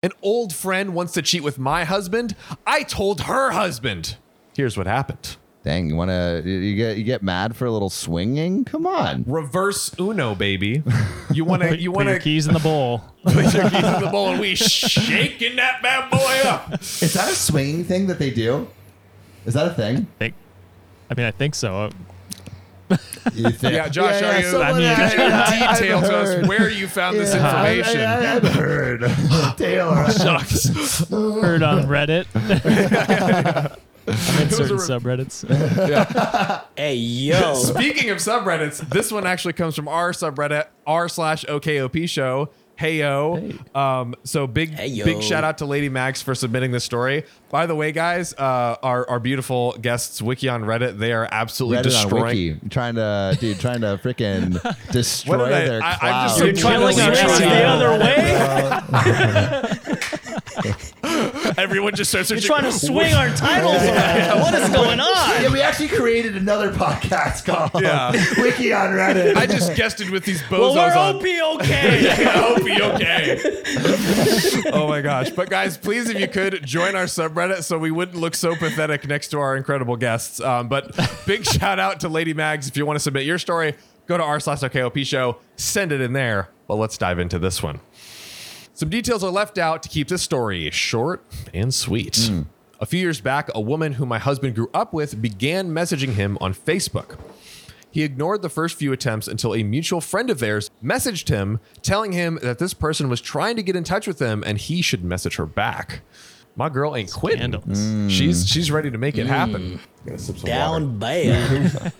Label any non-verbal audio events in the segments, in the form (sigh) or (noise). An old friend wants to cheat with my husband. I told her husband. Here's what happened. Dang, you want to you get you get mad for a little swinging? Come on. Reverse Uno, baby. You want (laughs) to you Put want your to keys in the bowl. put your keys in the bowl and we shaking that bad boy up. Is that a swinging thing that they do? Is that a thing? think. I mean, I think so. You think- Yeah, Josh, are you- someone- I (laughs) mean- I- I've Detail to heard. us where you found this Yeah, I- information. I, have (gasps) heard. Taylor. Sucks. Heard on Reddit. (laughs) I'm in certain re- (laughs) subreddits. Hey, yo. Speaking of subreddits, this one actually comes from our subreddit r slash OKOP show. Heyo. Um, so big Heyo. big shout out to Lady Max for submitting this story. By the way, guys, uh, our our beautiful guests Wiki on Reddit, they are absolutely Reddit destroying. on Wiki, trying to dude, trying to freaking (laughs) What destroy did I- their I- I'm cloud. just You're trying to literally erase trying the to- other way? (laughs) Everyone just starts You're trying to (laughs) swing our titles (laughs) around. What is going on? Yeah, we actually created another podcast called Yeah. (laughs) Wiki on Reddit. I just guested with these bozos Well, we're on. OPOK. I hope you okay. (laughs) oh my gosh. But guys, please, if you could, join our subreddit so we wouldn't look so pathetic next to our incredible guests. Um, but big (laughs) shout out to Lady Mags. If you want to submit your story, go to r slash OKOP show, send it in there. But let's dive into this one. Some details are left out to keep this story short and sweet. A few years back, a woman who my husband grew up with began messaging him on Facebook. He ignored the first few attempts until a mutual friend of theirs messaged him, telling him that this person was trying to get in touch with them and he should message her back. My girl ain't quitting. Scandalous. She's she's ready to make it happen. Down bad.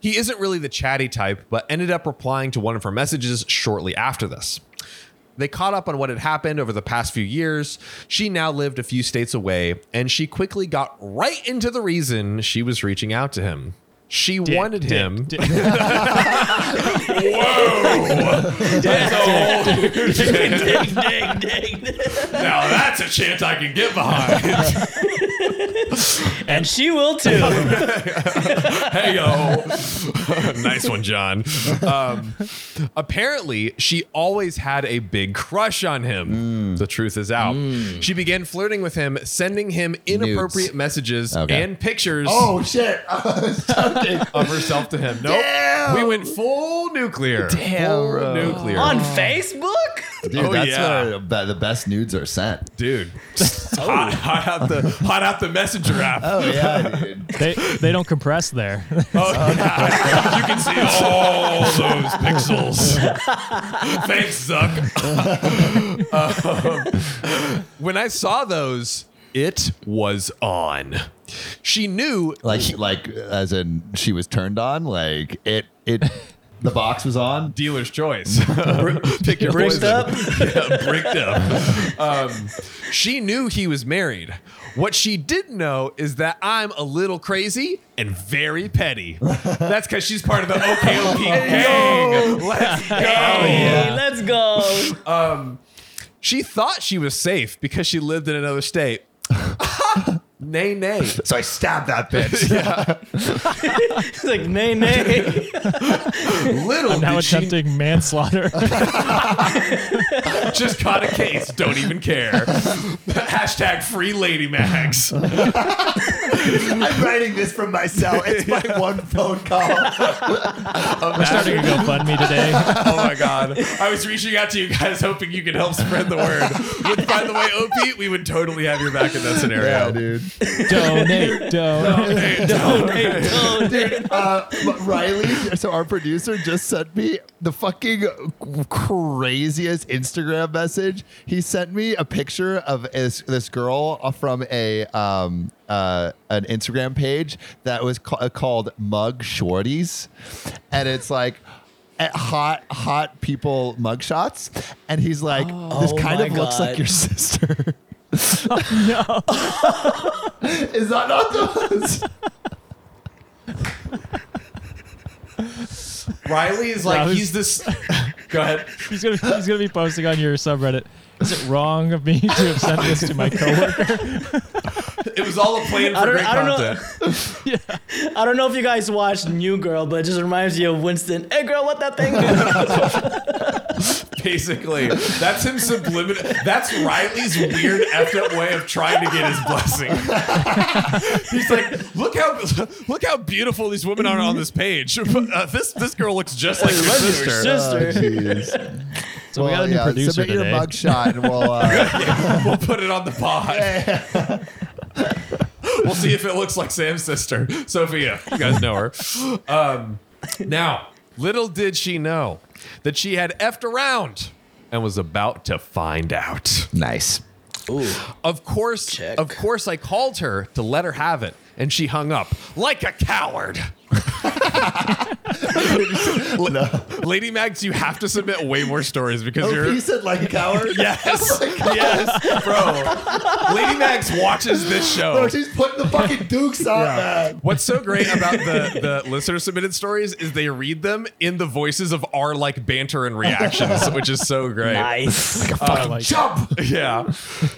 He isn't really the chatty type, but ended up replying to one of her messages shortly after this. They caught up on what had happened over the past few years. She now lived a few states away, and she quickly got right into the reason she was reaching out to him. She Dick, wanted dick, him. dick. Dig, dig, dig, dig. (laughs) Now that's a chance I can get behind. And she will (laughs) too. hey yo, (laughs) nice one, John. Um, apparently, she always had a big crush on him. The truth is out. She began flirting with him, sending him inappropriate messages Okay. and pictures oh shit! (laughs) of herself to him. Nope, Damn. we went full nuclear. Damn, full bro. nuclear, On Facebook? Dude, Oh, that's yeah. where the- the best nudes are sent. (laughs) dude. Hot, hot out the hot out the messenger app. Oh yeah, (laughs) dude. They, they don't (laughs) compress there. Oh, yeah. you can see all those pixels. Thanks, Zuck. Um, when I saw those, it was on. She knew. like like as in she was turned on. Like it (laughs) it the box was on. Dealer's (laughs) choice. Pick your Bricked poison. up? Yeah, bricked up. Um, she knew he was married. What she didn't know is that I'm a little crazy and very petty. That's because she's part of the OKOP gang. Let's go. Oh, Hey, let's go. She thought she was safe because she lived in another state. (laughs) nay, nay. So I stabbed that bitch. It's like, nay, (laughs) nay. Little Now did she (laughs) attempting manslaughter. (laughs) Just caught a case. Don't even care. (laughs) Hashtag free Lady (laughs) Max. I'm writing this from my cell. It's my (laughs) one phone call. We're starting a GoFundMe today. (laughs) Oh my God. I was reaching out to you guys hoping you could help spread the word. Which, by the way, OP, we would totally have your back in that scenario. dude. (laughs) Donate, donate. Hey, don't. Dude, (laughs) uh, but Riley, so our producer just sent me the fucking craziest Instagram message. He sent me a picture of this, this girl from a um uh an Instagram page that was ca- uh, called Mug Shorties, and it's like. At hot, hot people mugshots, and he's like, "This Oh kind my of looks like God. your sister." no, is that not the? Riley is like, That was- he's this. Go ahead. He's gonna he's gonna be posting on your subreddit. Is it wrong of me to have sent this to my (laughs) coworker? It was all a plan I for don't- great I don't know. content. (laughs) I don't know if you guys (laughs) watched New Girl, but it just reminds you of Winston. Hey, girl, what that thing? do? Basically, that's him subliminal. That's Riley's weird effed up way of trying to get his blessing. (laughs) He's like, look how look how beautiful these women are on Mm-hmm. this page. (laughs) Uh, this this girl looks just like your sister. Oh, Jeez. So we got a new producer submit today. your mugshot and we'll. Uh, We'll put it on the pod. (laughs) we'll see if it looks like Sam's sister, Sophia. You guys know her. Um, now, little did she know that she had effed around and was about to find out. nice. Of course, Check. of course, I called her to let her have it, and she hung up like a coward. No. Lady Mags, you have to submit way more stories because Oh, you're. he said like a (laughs) coward. (laughs) Yes, yes, bro. Lady Mags watches this Oh, show. she's putting the fucking dukes on, man. What's so great about the, the listener submitted stories is they read them in the voices of our like banter and reactions, which is so great. Nice. I like Jump. (laughs) Yeah.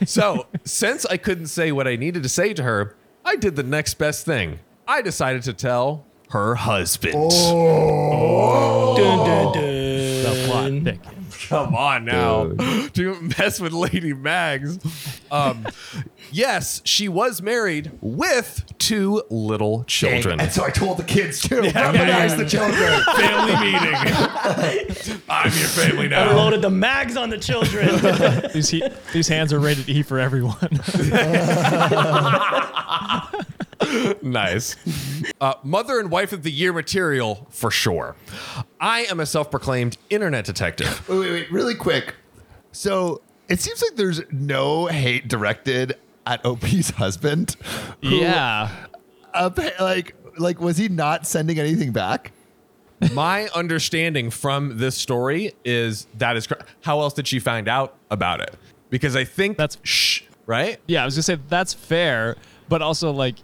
So, since I couldn't say what I needed to say to her, I did the next best thing. I decided to tell her husband. Dun, dun, dun. the plot thickens. Come on now. (laughs) Don't mess with Lady Mags. Um, yes, she was married with two little children. And so I told the kids too. yeah, Recognize yeah. the children. (laughs) Family meeting. I'm your family I now. loaded the mags on the (laughs) children. These he, these hands are rated E for everyone. Nice. Uh, mother and wife of the year material for sure. I am a self proclaimed internet detective. Wait, wait, wait, really quick. So it seems like there's no hate directed at OP's husband. (laughs) who, yeah. appa- like, like was he not sending anything back? My understanding from this story is that is cor- how else did she find out about it? Because I think That's- shh, right? Yeah, I was gonna say that's fair, but also like,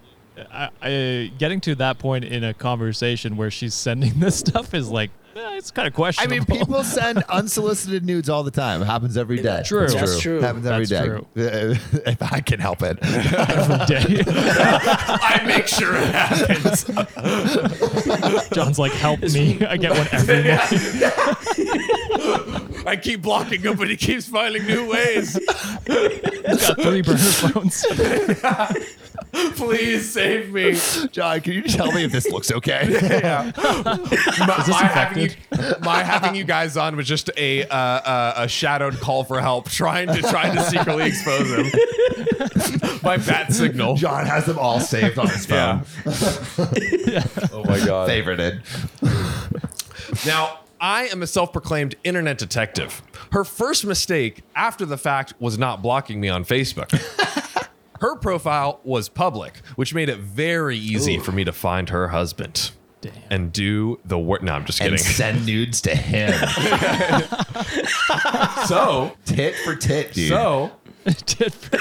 I, I, getting to that point in a conversation where she's sending (laughs) this stuff is like, eh, it's kind of I questionable. mean, people (laughs) send unsolicited nudes all the time. It happens every day. True. That's It's true. Happens every day. That's true. (laughs) If I can help it. (laughs) Every day. (laughs) I make sure it happens. John's like, help me! I get one (laughs) every month. I keep blocking him, but he keeps finding new ways. He's got three burner phones. (laughs) Please save me. John, can you tell me if this looks (laughs) okay? My, my having you, infected? my having you guys on was just a uh, uh, a shadowed call for help, trying to trying to secretly expose him. (laughs) my bat signal. John has them all saved on his phone. Yeah. oh my (laughs) god. Favorited. Now, I am a self proclaimed internet detective. Her first mistake after the fact was not blocking me on Facebook. her profile was public, which made it very easy for me to find her husband. And do the work. No, I'm just kidding. And send nudes to (laughs) him. so, tit for tit, dude. so Tit for-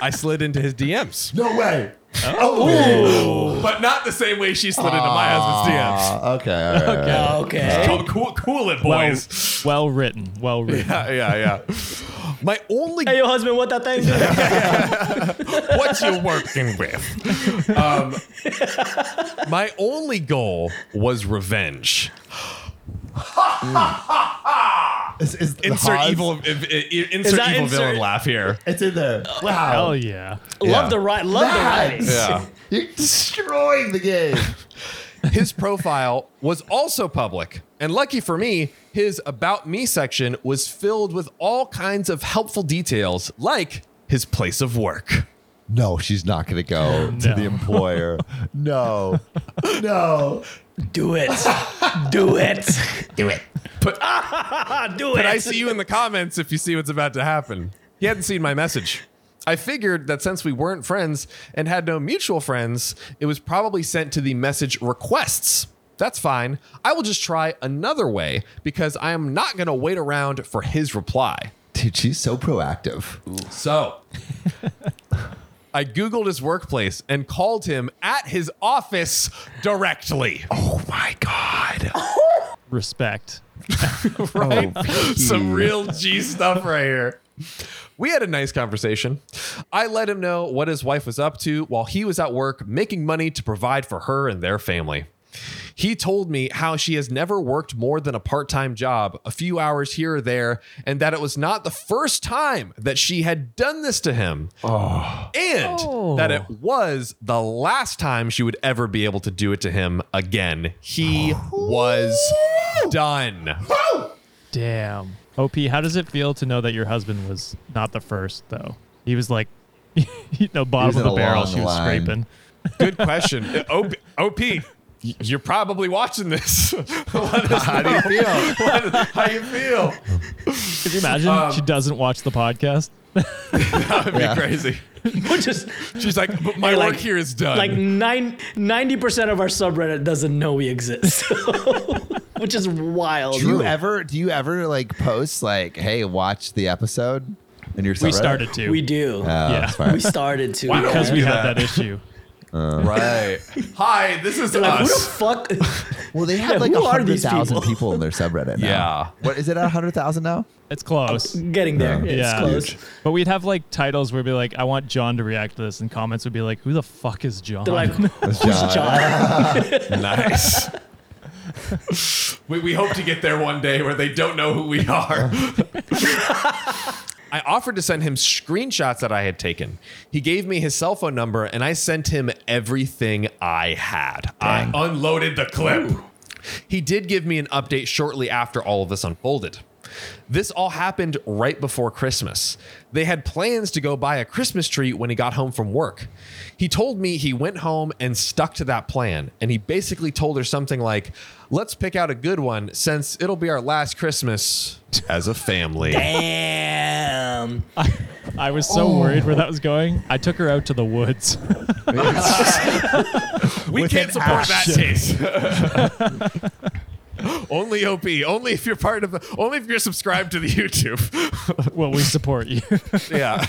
I slid into his DMs, no way. Oh, but not the same way she slid into my husband's DMs. Uh, okay. all right, all right. okay. Cool, cool, cool it, well, boys. well written. Well (laughs) written. Yeah, yeah, yeah. My only Hey, your husband, what that thing do? what you working with? Um, my only goal was revenge. Is, is the Insert Hans- evil, i- i- insert that evil insert- villain laugh here. It's in there. Wow. Hell yeah. Yeah. Love the right. Love Nice. the right. Yeah. (laughs) You're destroying the game. His profile was also public, and lucky for me, his about me section was filled with all kinds of helpful details, like his place of work. (laughs) No, she's not going to go to No. the (laughs) employer. No. No. Do it. Do it. Do it. (laughs) Do But I it. see you in the comments if you see what's about to happen. He hadn't seen my message. I figured that since we weren't friends and had no mutual friends, it was probably sent to the message requests. That's fine. I will just try another way because I am not going to wait around for his reply. Dude, she's so proactive. So I Googled his workplace and called him at his office directly. Oh my God. Respect. right? Oh, (laughs) Some Pete. real G stuff right here. We had a nice conversation. I let him know what his wife was up to while he was at work making money to provide for her and their family. He told me how she has never worked more than a part time job, a few hours here or there, and that it was not the first time that she had done this to him. Oh. And that it was the last time she would ever be able to do it to him again. He was done. Damn. OP, how does it feel to know that your husband was not the first though? He was like, (laughs) you know, bottom He was of in the a barrel. long She was line. scraping. Good question. OP, OP, you're probably watching this. (laughs) Let us How do you (laughs) feel? know how you feel. Could you imagine? Um, she doesn't watch the podcast. That would be Yeah. crazy. Which is She's like, but my Hey, work like- here is done. like nine, 90% of our subreddit doesn't know we exist. (laughs) Which is wild. Do you ever do you ever like post like, hey, watch the episode? And you're We started to. We do. Oh, yeah. we started to. Because we do had that. that issue. right. Hi, this is Like, who the (laughs) us. fuck? Well, (laughs) they have like who are hundred these thousand people? people in their subreddit. Now. Yeah. What is it? At hundred thousand (laughs) now? It's close. Getting there. yeah, It's close. But we'd have like titles where we'd be like, I want John to react to this, and comments would be like, Who the fuck is John? They're like, (laughs) who's John. John? nice. we, we hope to get there one day where they don't know who we (laughs) are. I offered to send him screenshots that I had taken. He gave me his cell phone number and I sent him everything I had. I unloaded the clip. He did give me an update shortly after all of this unfolded. This all happened right before Christmas. They had plans to go buy a Christmas tree when he got home from work. He told me he went home and stuck to that plan, and he basically told her something like, Let's pick out a good one since it'll be our last Christmas as a family. (laughs) Damn. I was so "Oh." worried where that was going. I took her out to the (laughs) woods. (laughs) We with can't an support that action. taste. (laughs) only OP. Only if you're part of the. Only if you're subscribed to the (laughs) YouTube. well, we support you. yeah.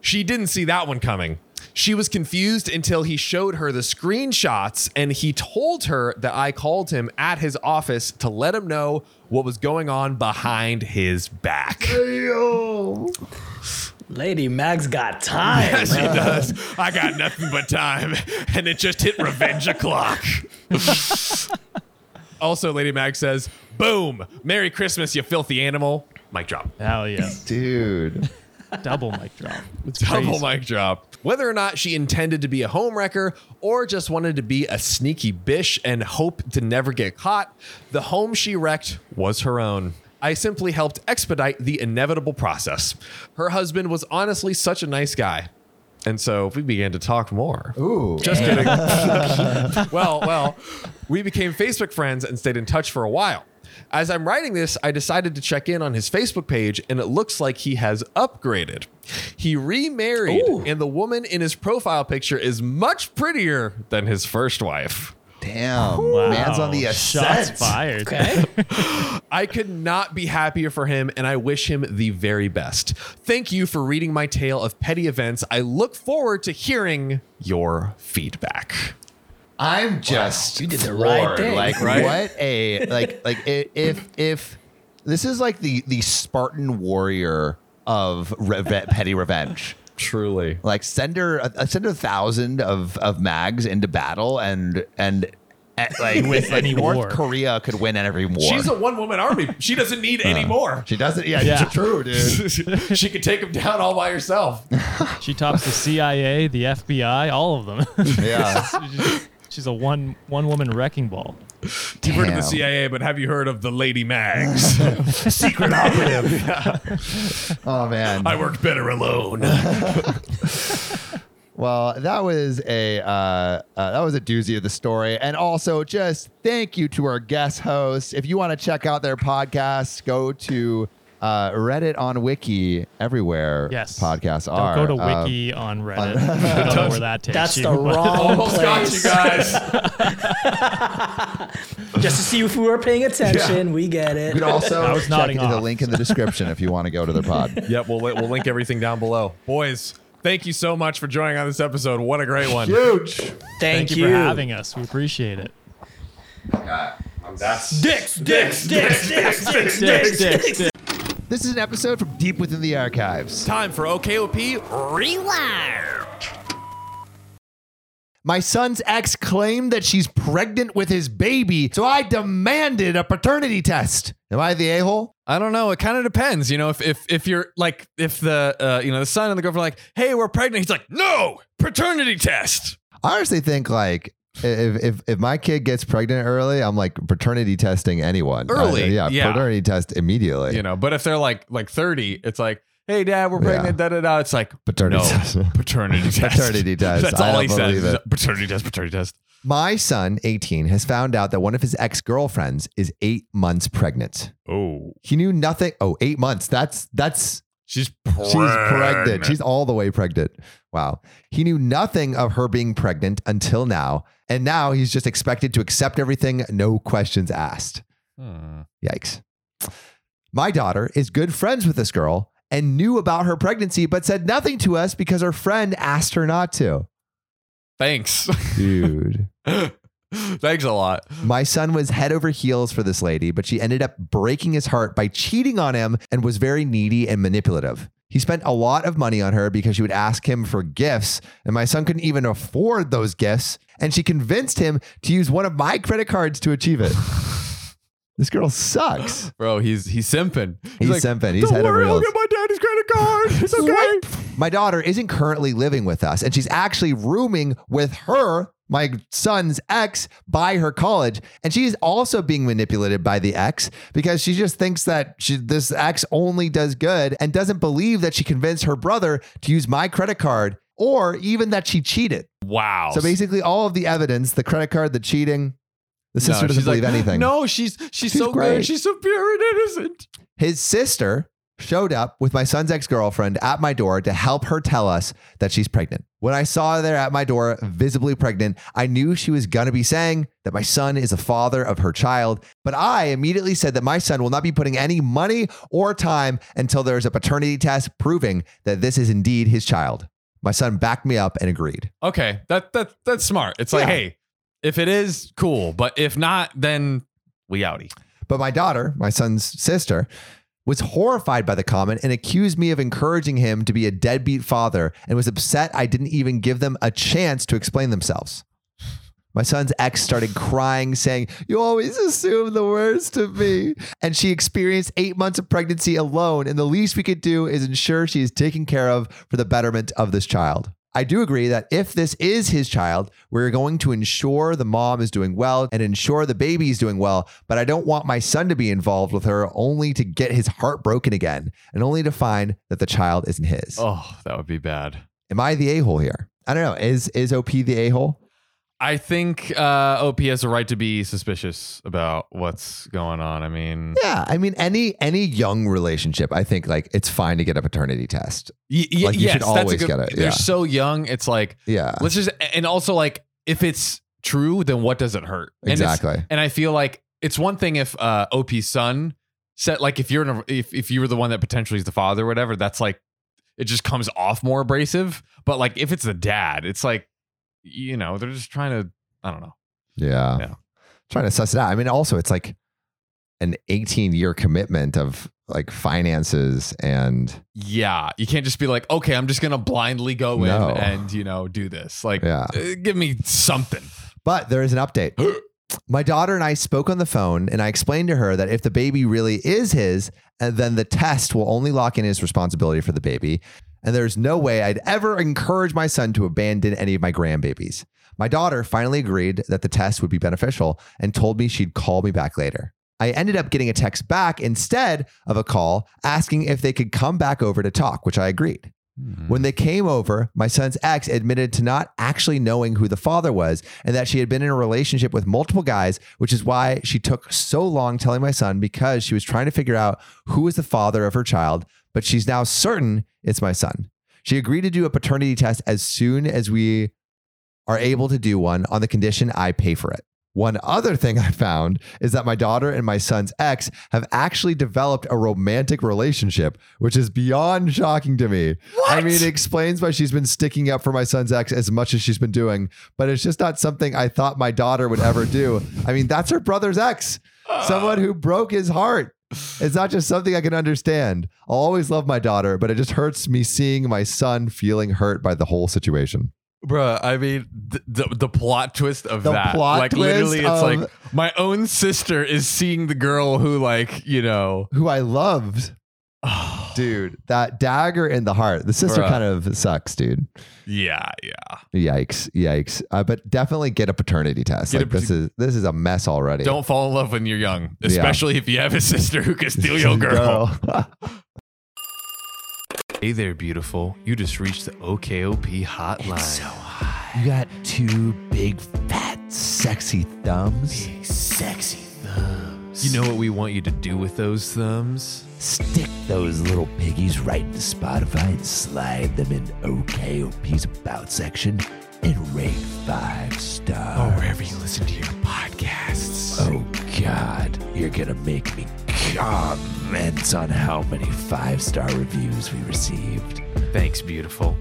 she didn't see that one coming. She was confused until he showed her the screenshots and he told her that I called him at his office to let him know what was going on behind his back. (laughs) Oh. Lady Mag's got time. Yes, he does. I got nothing but time, and it just hit revenge o'clock. also, Lady Mag says, "Boom! Merry Christmas, you filthy animal!" Mic drop. Hell yeah. Dude. (laughs) Double mic drop. It's Double crazy. mic drop. Whether or not she intended to be a homewrecker or just wanted to be a sneaky bish and hope to never get caught, the home she wrecked was her own. I simply helped expedite the inevitable process. Her husband was honestly such a nice guy. And so we began to talk more. Ooh. Just kidding. well, well, we became Facebook friends and stayed in touch for a while. As I'm writing this, I decided to check in on his Facebook page, and it looks like he has upgraded. He remarried, Ooh. and the woman in his profile picture is much prettier than his first wife. Damn. (laughs) Wow. Man's on the Oh, Shots ascent. fired. Okay. I could not be happier for him, and I wish him the very best. Thank you for reading my tale of petty events. I look forward to hearing your feedback. I'm just You did the right floored. thing. Like Right? what a like like i- if if this is like the the Spartan warrior of reve- petty revenge. Truly. Like send her a, send her a thousand of of mags into battle and and. (laughs) eh, like, Win it's like any North war. Korea could win every war. She's a one woman army. She doesn't need any more. she doesn't. Yeah, Yeah. true, (laughs) dude. (laughs) she could take him down all by herself. She tops the CIA, the FBI, all of them. (laughs) Yeah, She's a one one woman wrecking ball. You've heard of the Damn. CIA, but have you heard of the Lady Mags? (laughs) secret operative. Oh man, I work better alone. Well, that was a uh, uh, that was a doozy of the story, and also just thank you to our guest host. If you want to check out their podcast, go to uh, Reddit on Wiki everywhere. Yes. podcasts Don't are. go to Uh, Wiki (laughs) on Reddit. I don't know where that takes That's you. (laughs) the (laughs) wrong Almost got you (laughs) place. guys. Just to see if we were paying attention, we get it. you can also was check nodding into the off. link in the description if you want to go to their (laughs) pod. yep, we'll, we'll link everything down below. Boys, thank you so much for joining on this episode. What a great one. Huge. Thank, Thank you for having us. We appreciate it. Dicks, dicks, dicks, dicks, dicks, dicks, dicks. This is an episode from deep within the archives. Time for OKOP Rewind. My son's ex claimed that she's pregnant with his baby, so I demanded a paternity test. Am I the a hole? I don't know. It kind of depends, you know. If if if you're like if the uh, you know the son and the girlfriend are like, hey, we're pregnant. He's like, no, paternity test. I honestly think like if if if my kid gets pregnant early, I'm like paternity testing anyone Early, Uh, yeah, yeah. paternity test immediately. You know, but if they're like like thirty, it's like, hey, dad, we're pregnant. Da da da. It's like Paternity no, test. (laughs) paternity test. (laughs) Paternity test. That's I all he don't says. believe it. Paternity test. Paternity test. My son, 18, has found out that one of his ex girlfriends is eight months pregnant. Oh, He knew nothing. Oh, eight months. That's that's she's pregnant. she's pregnant. She's all the way pregnant. Wow. He knew nothing of her being pregnant until now, and now he's just expected to accept everything, no questions asked. Hmm. Yikes. My daughter is good friends with this girl and knew about her pregnancy, but said nothing to us because her friend asked her not to. Thanks. (laughs) Dude. Thanks a lot. (laughs) My son was head over heels for this lady, but she ended up breaking his heart by cheating on him and was very needy and manipulative. He spent a lot of money on her because she would ask him for gifts, and my son couldn't even afford those gifts. And she convinced him to use one of my credit cards to achieve (laughs) it. this girl sucks. Bro, he's he's simping. He's, like, simping. He's Don't head over worry, I'll heels. get my daddy's credit card. (laughs) It's okay. My daughter isn't currently living with us, and she's actually rooming with her, my son's ex, by her college. And she's also being manipulated by the ex because she just thinks that she, this ex only does good and doesn't believe that she convinced her brother to use my credit card or even that she cheated. wow. So basically, all of the evidence the credit card, the cheating, the sister No, doesn't she's like, believe (laughs) anything. No, she's she's, She's so great. good. She's so pure and innocent. His sister showed up with my son's ex girlfriend at my door to help her tell us that she's pregnant. When I saw her there at my door, visibly pregnant, I knew she was going to be saying that my son is the father of her child. But I immediately said that my son will not be putting any money or time until there is a paternity test proving that this is indeed his child. My son backed me up and agreed. Okay, that that that's smart. It's like, Yeah. hey, if it is cool, but if not, then we outie. But my daughter, my son's sister, was horrified by the comment and accused me of encouraging him to be a deadbeat father and was upset I didn't even give them a chance to explain themselves. My son's ex started crying, saying, You always assume the worst of me. And she experienced eight months of pregnancy alone. And the least we could do is ensure she is taken care of for the betterment of this child. I do agree that if this is his child, we're going to ensure the mom is doing well and ensure the baby is doing well. But I don't want my son to be involved with her only to get his heart broken again and only to find that the child isn't his. Oh, that would be bad. Am I the a hole here? I don't know. Is is OP the a hole? I think uh, OP has a right to be suspicious about what's going on. I mean, Yeah, I mean any any young relationship, I think like it's fine to get a paternity test. y- y- Like, you yes, should that's a always good- get it, They're yeah. Uh. so young. It's like Yeah, let's just and also like if it's true, then what does it hurt? And it's- exactly. And I feel like it's one thing if uh, OP's son said, like, if you're in a, if if you were the one that potentially is the father, or whatever, that's like it just comes off more abrasive. But like if it's the dad, it's like you know they're just trying to I don't know. Yeah. Yeah. trying to suss it out. I mean, also it's like an 18 year commitment of like finances and Yeah, you can't just be like, okay, I'm just gonna blindly go No. in and you know do this. Like, Yeah. uh, give me something. But there is an update. My daughter and I spoke on the phone, and I explained to her that if the baby really is his, and then the test will only lock in his responsibility for the baby. And there's no way I'd ever encourage my son to abandon any of my grandbabies. My daughter finally agreed that the test would be beneficial and told me she'd call me back later. I ended up getting a text back instead of a call asking if they could come back over to talk, which I agreed. When they came over, my son's ex admitted to not actually knowing who the father was and that she had been in a relationship with multiple guys, which is why she took so long telling my son because she was trying to figure out who is the father of her child, but she's now certain it's my son. She agreed to do a paternity test as soon as we are able to do one on the condition I pay for it. One other thing I found is that my daughter and my son's ex have actually developed a romantic relationship, which is beyond shocking to me. I mean, it explains why she's been sticking up for my son's ex as much as she's been doing, but it's just not something I thought my daughter would ever do. I mean, that's her brother's ex, someone who broke his heart. It's not just something I can understand. I'll always love my daughter, but it just hurts me seeing my son feeling hurt by the whole situation. Bruh, I mean, th- the, the plot twist of The that. plot like, twist literally, it's of- like my own sister is seeing the girl who, like, you know, who (sighs) I loved. dude, that dagger in the heart. The sister Bruh. kind of sucks, dude. yeah, yeah. Yikes, yikes. Uh, but definitely get a paternity test. Get a Like, this is this is a mess already. Don't fall in love when you're young, especially if you have a sister who can steal your girl. Girl. (laughs) Hey there, beautiful. You just reached the OKOP hotline. you got two big, fat, sexy thumbs. sexy thumbs. You know what we want you to do with those thumbs? Stick those little piggies right into Spotify and slide them in OKOP's About section and rate five stars. Wherever you listen to your podcasts. Oh God, you're gonna make me comment on how many five star reviews we received. Thanks, beautiful.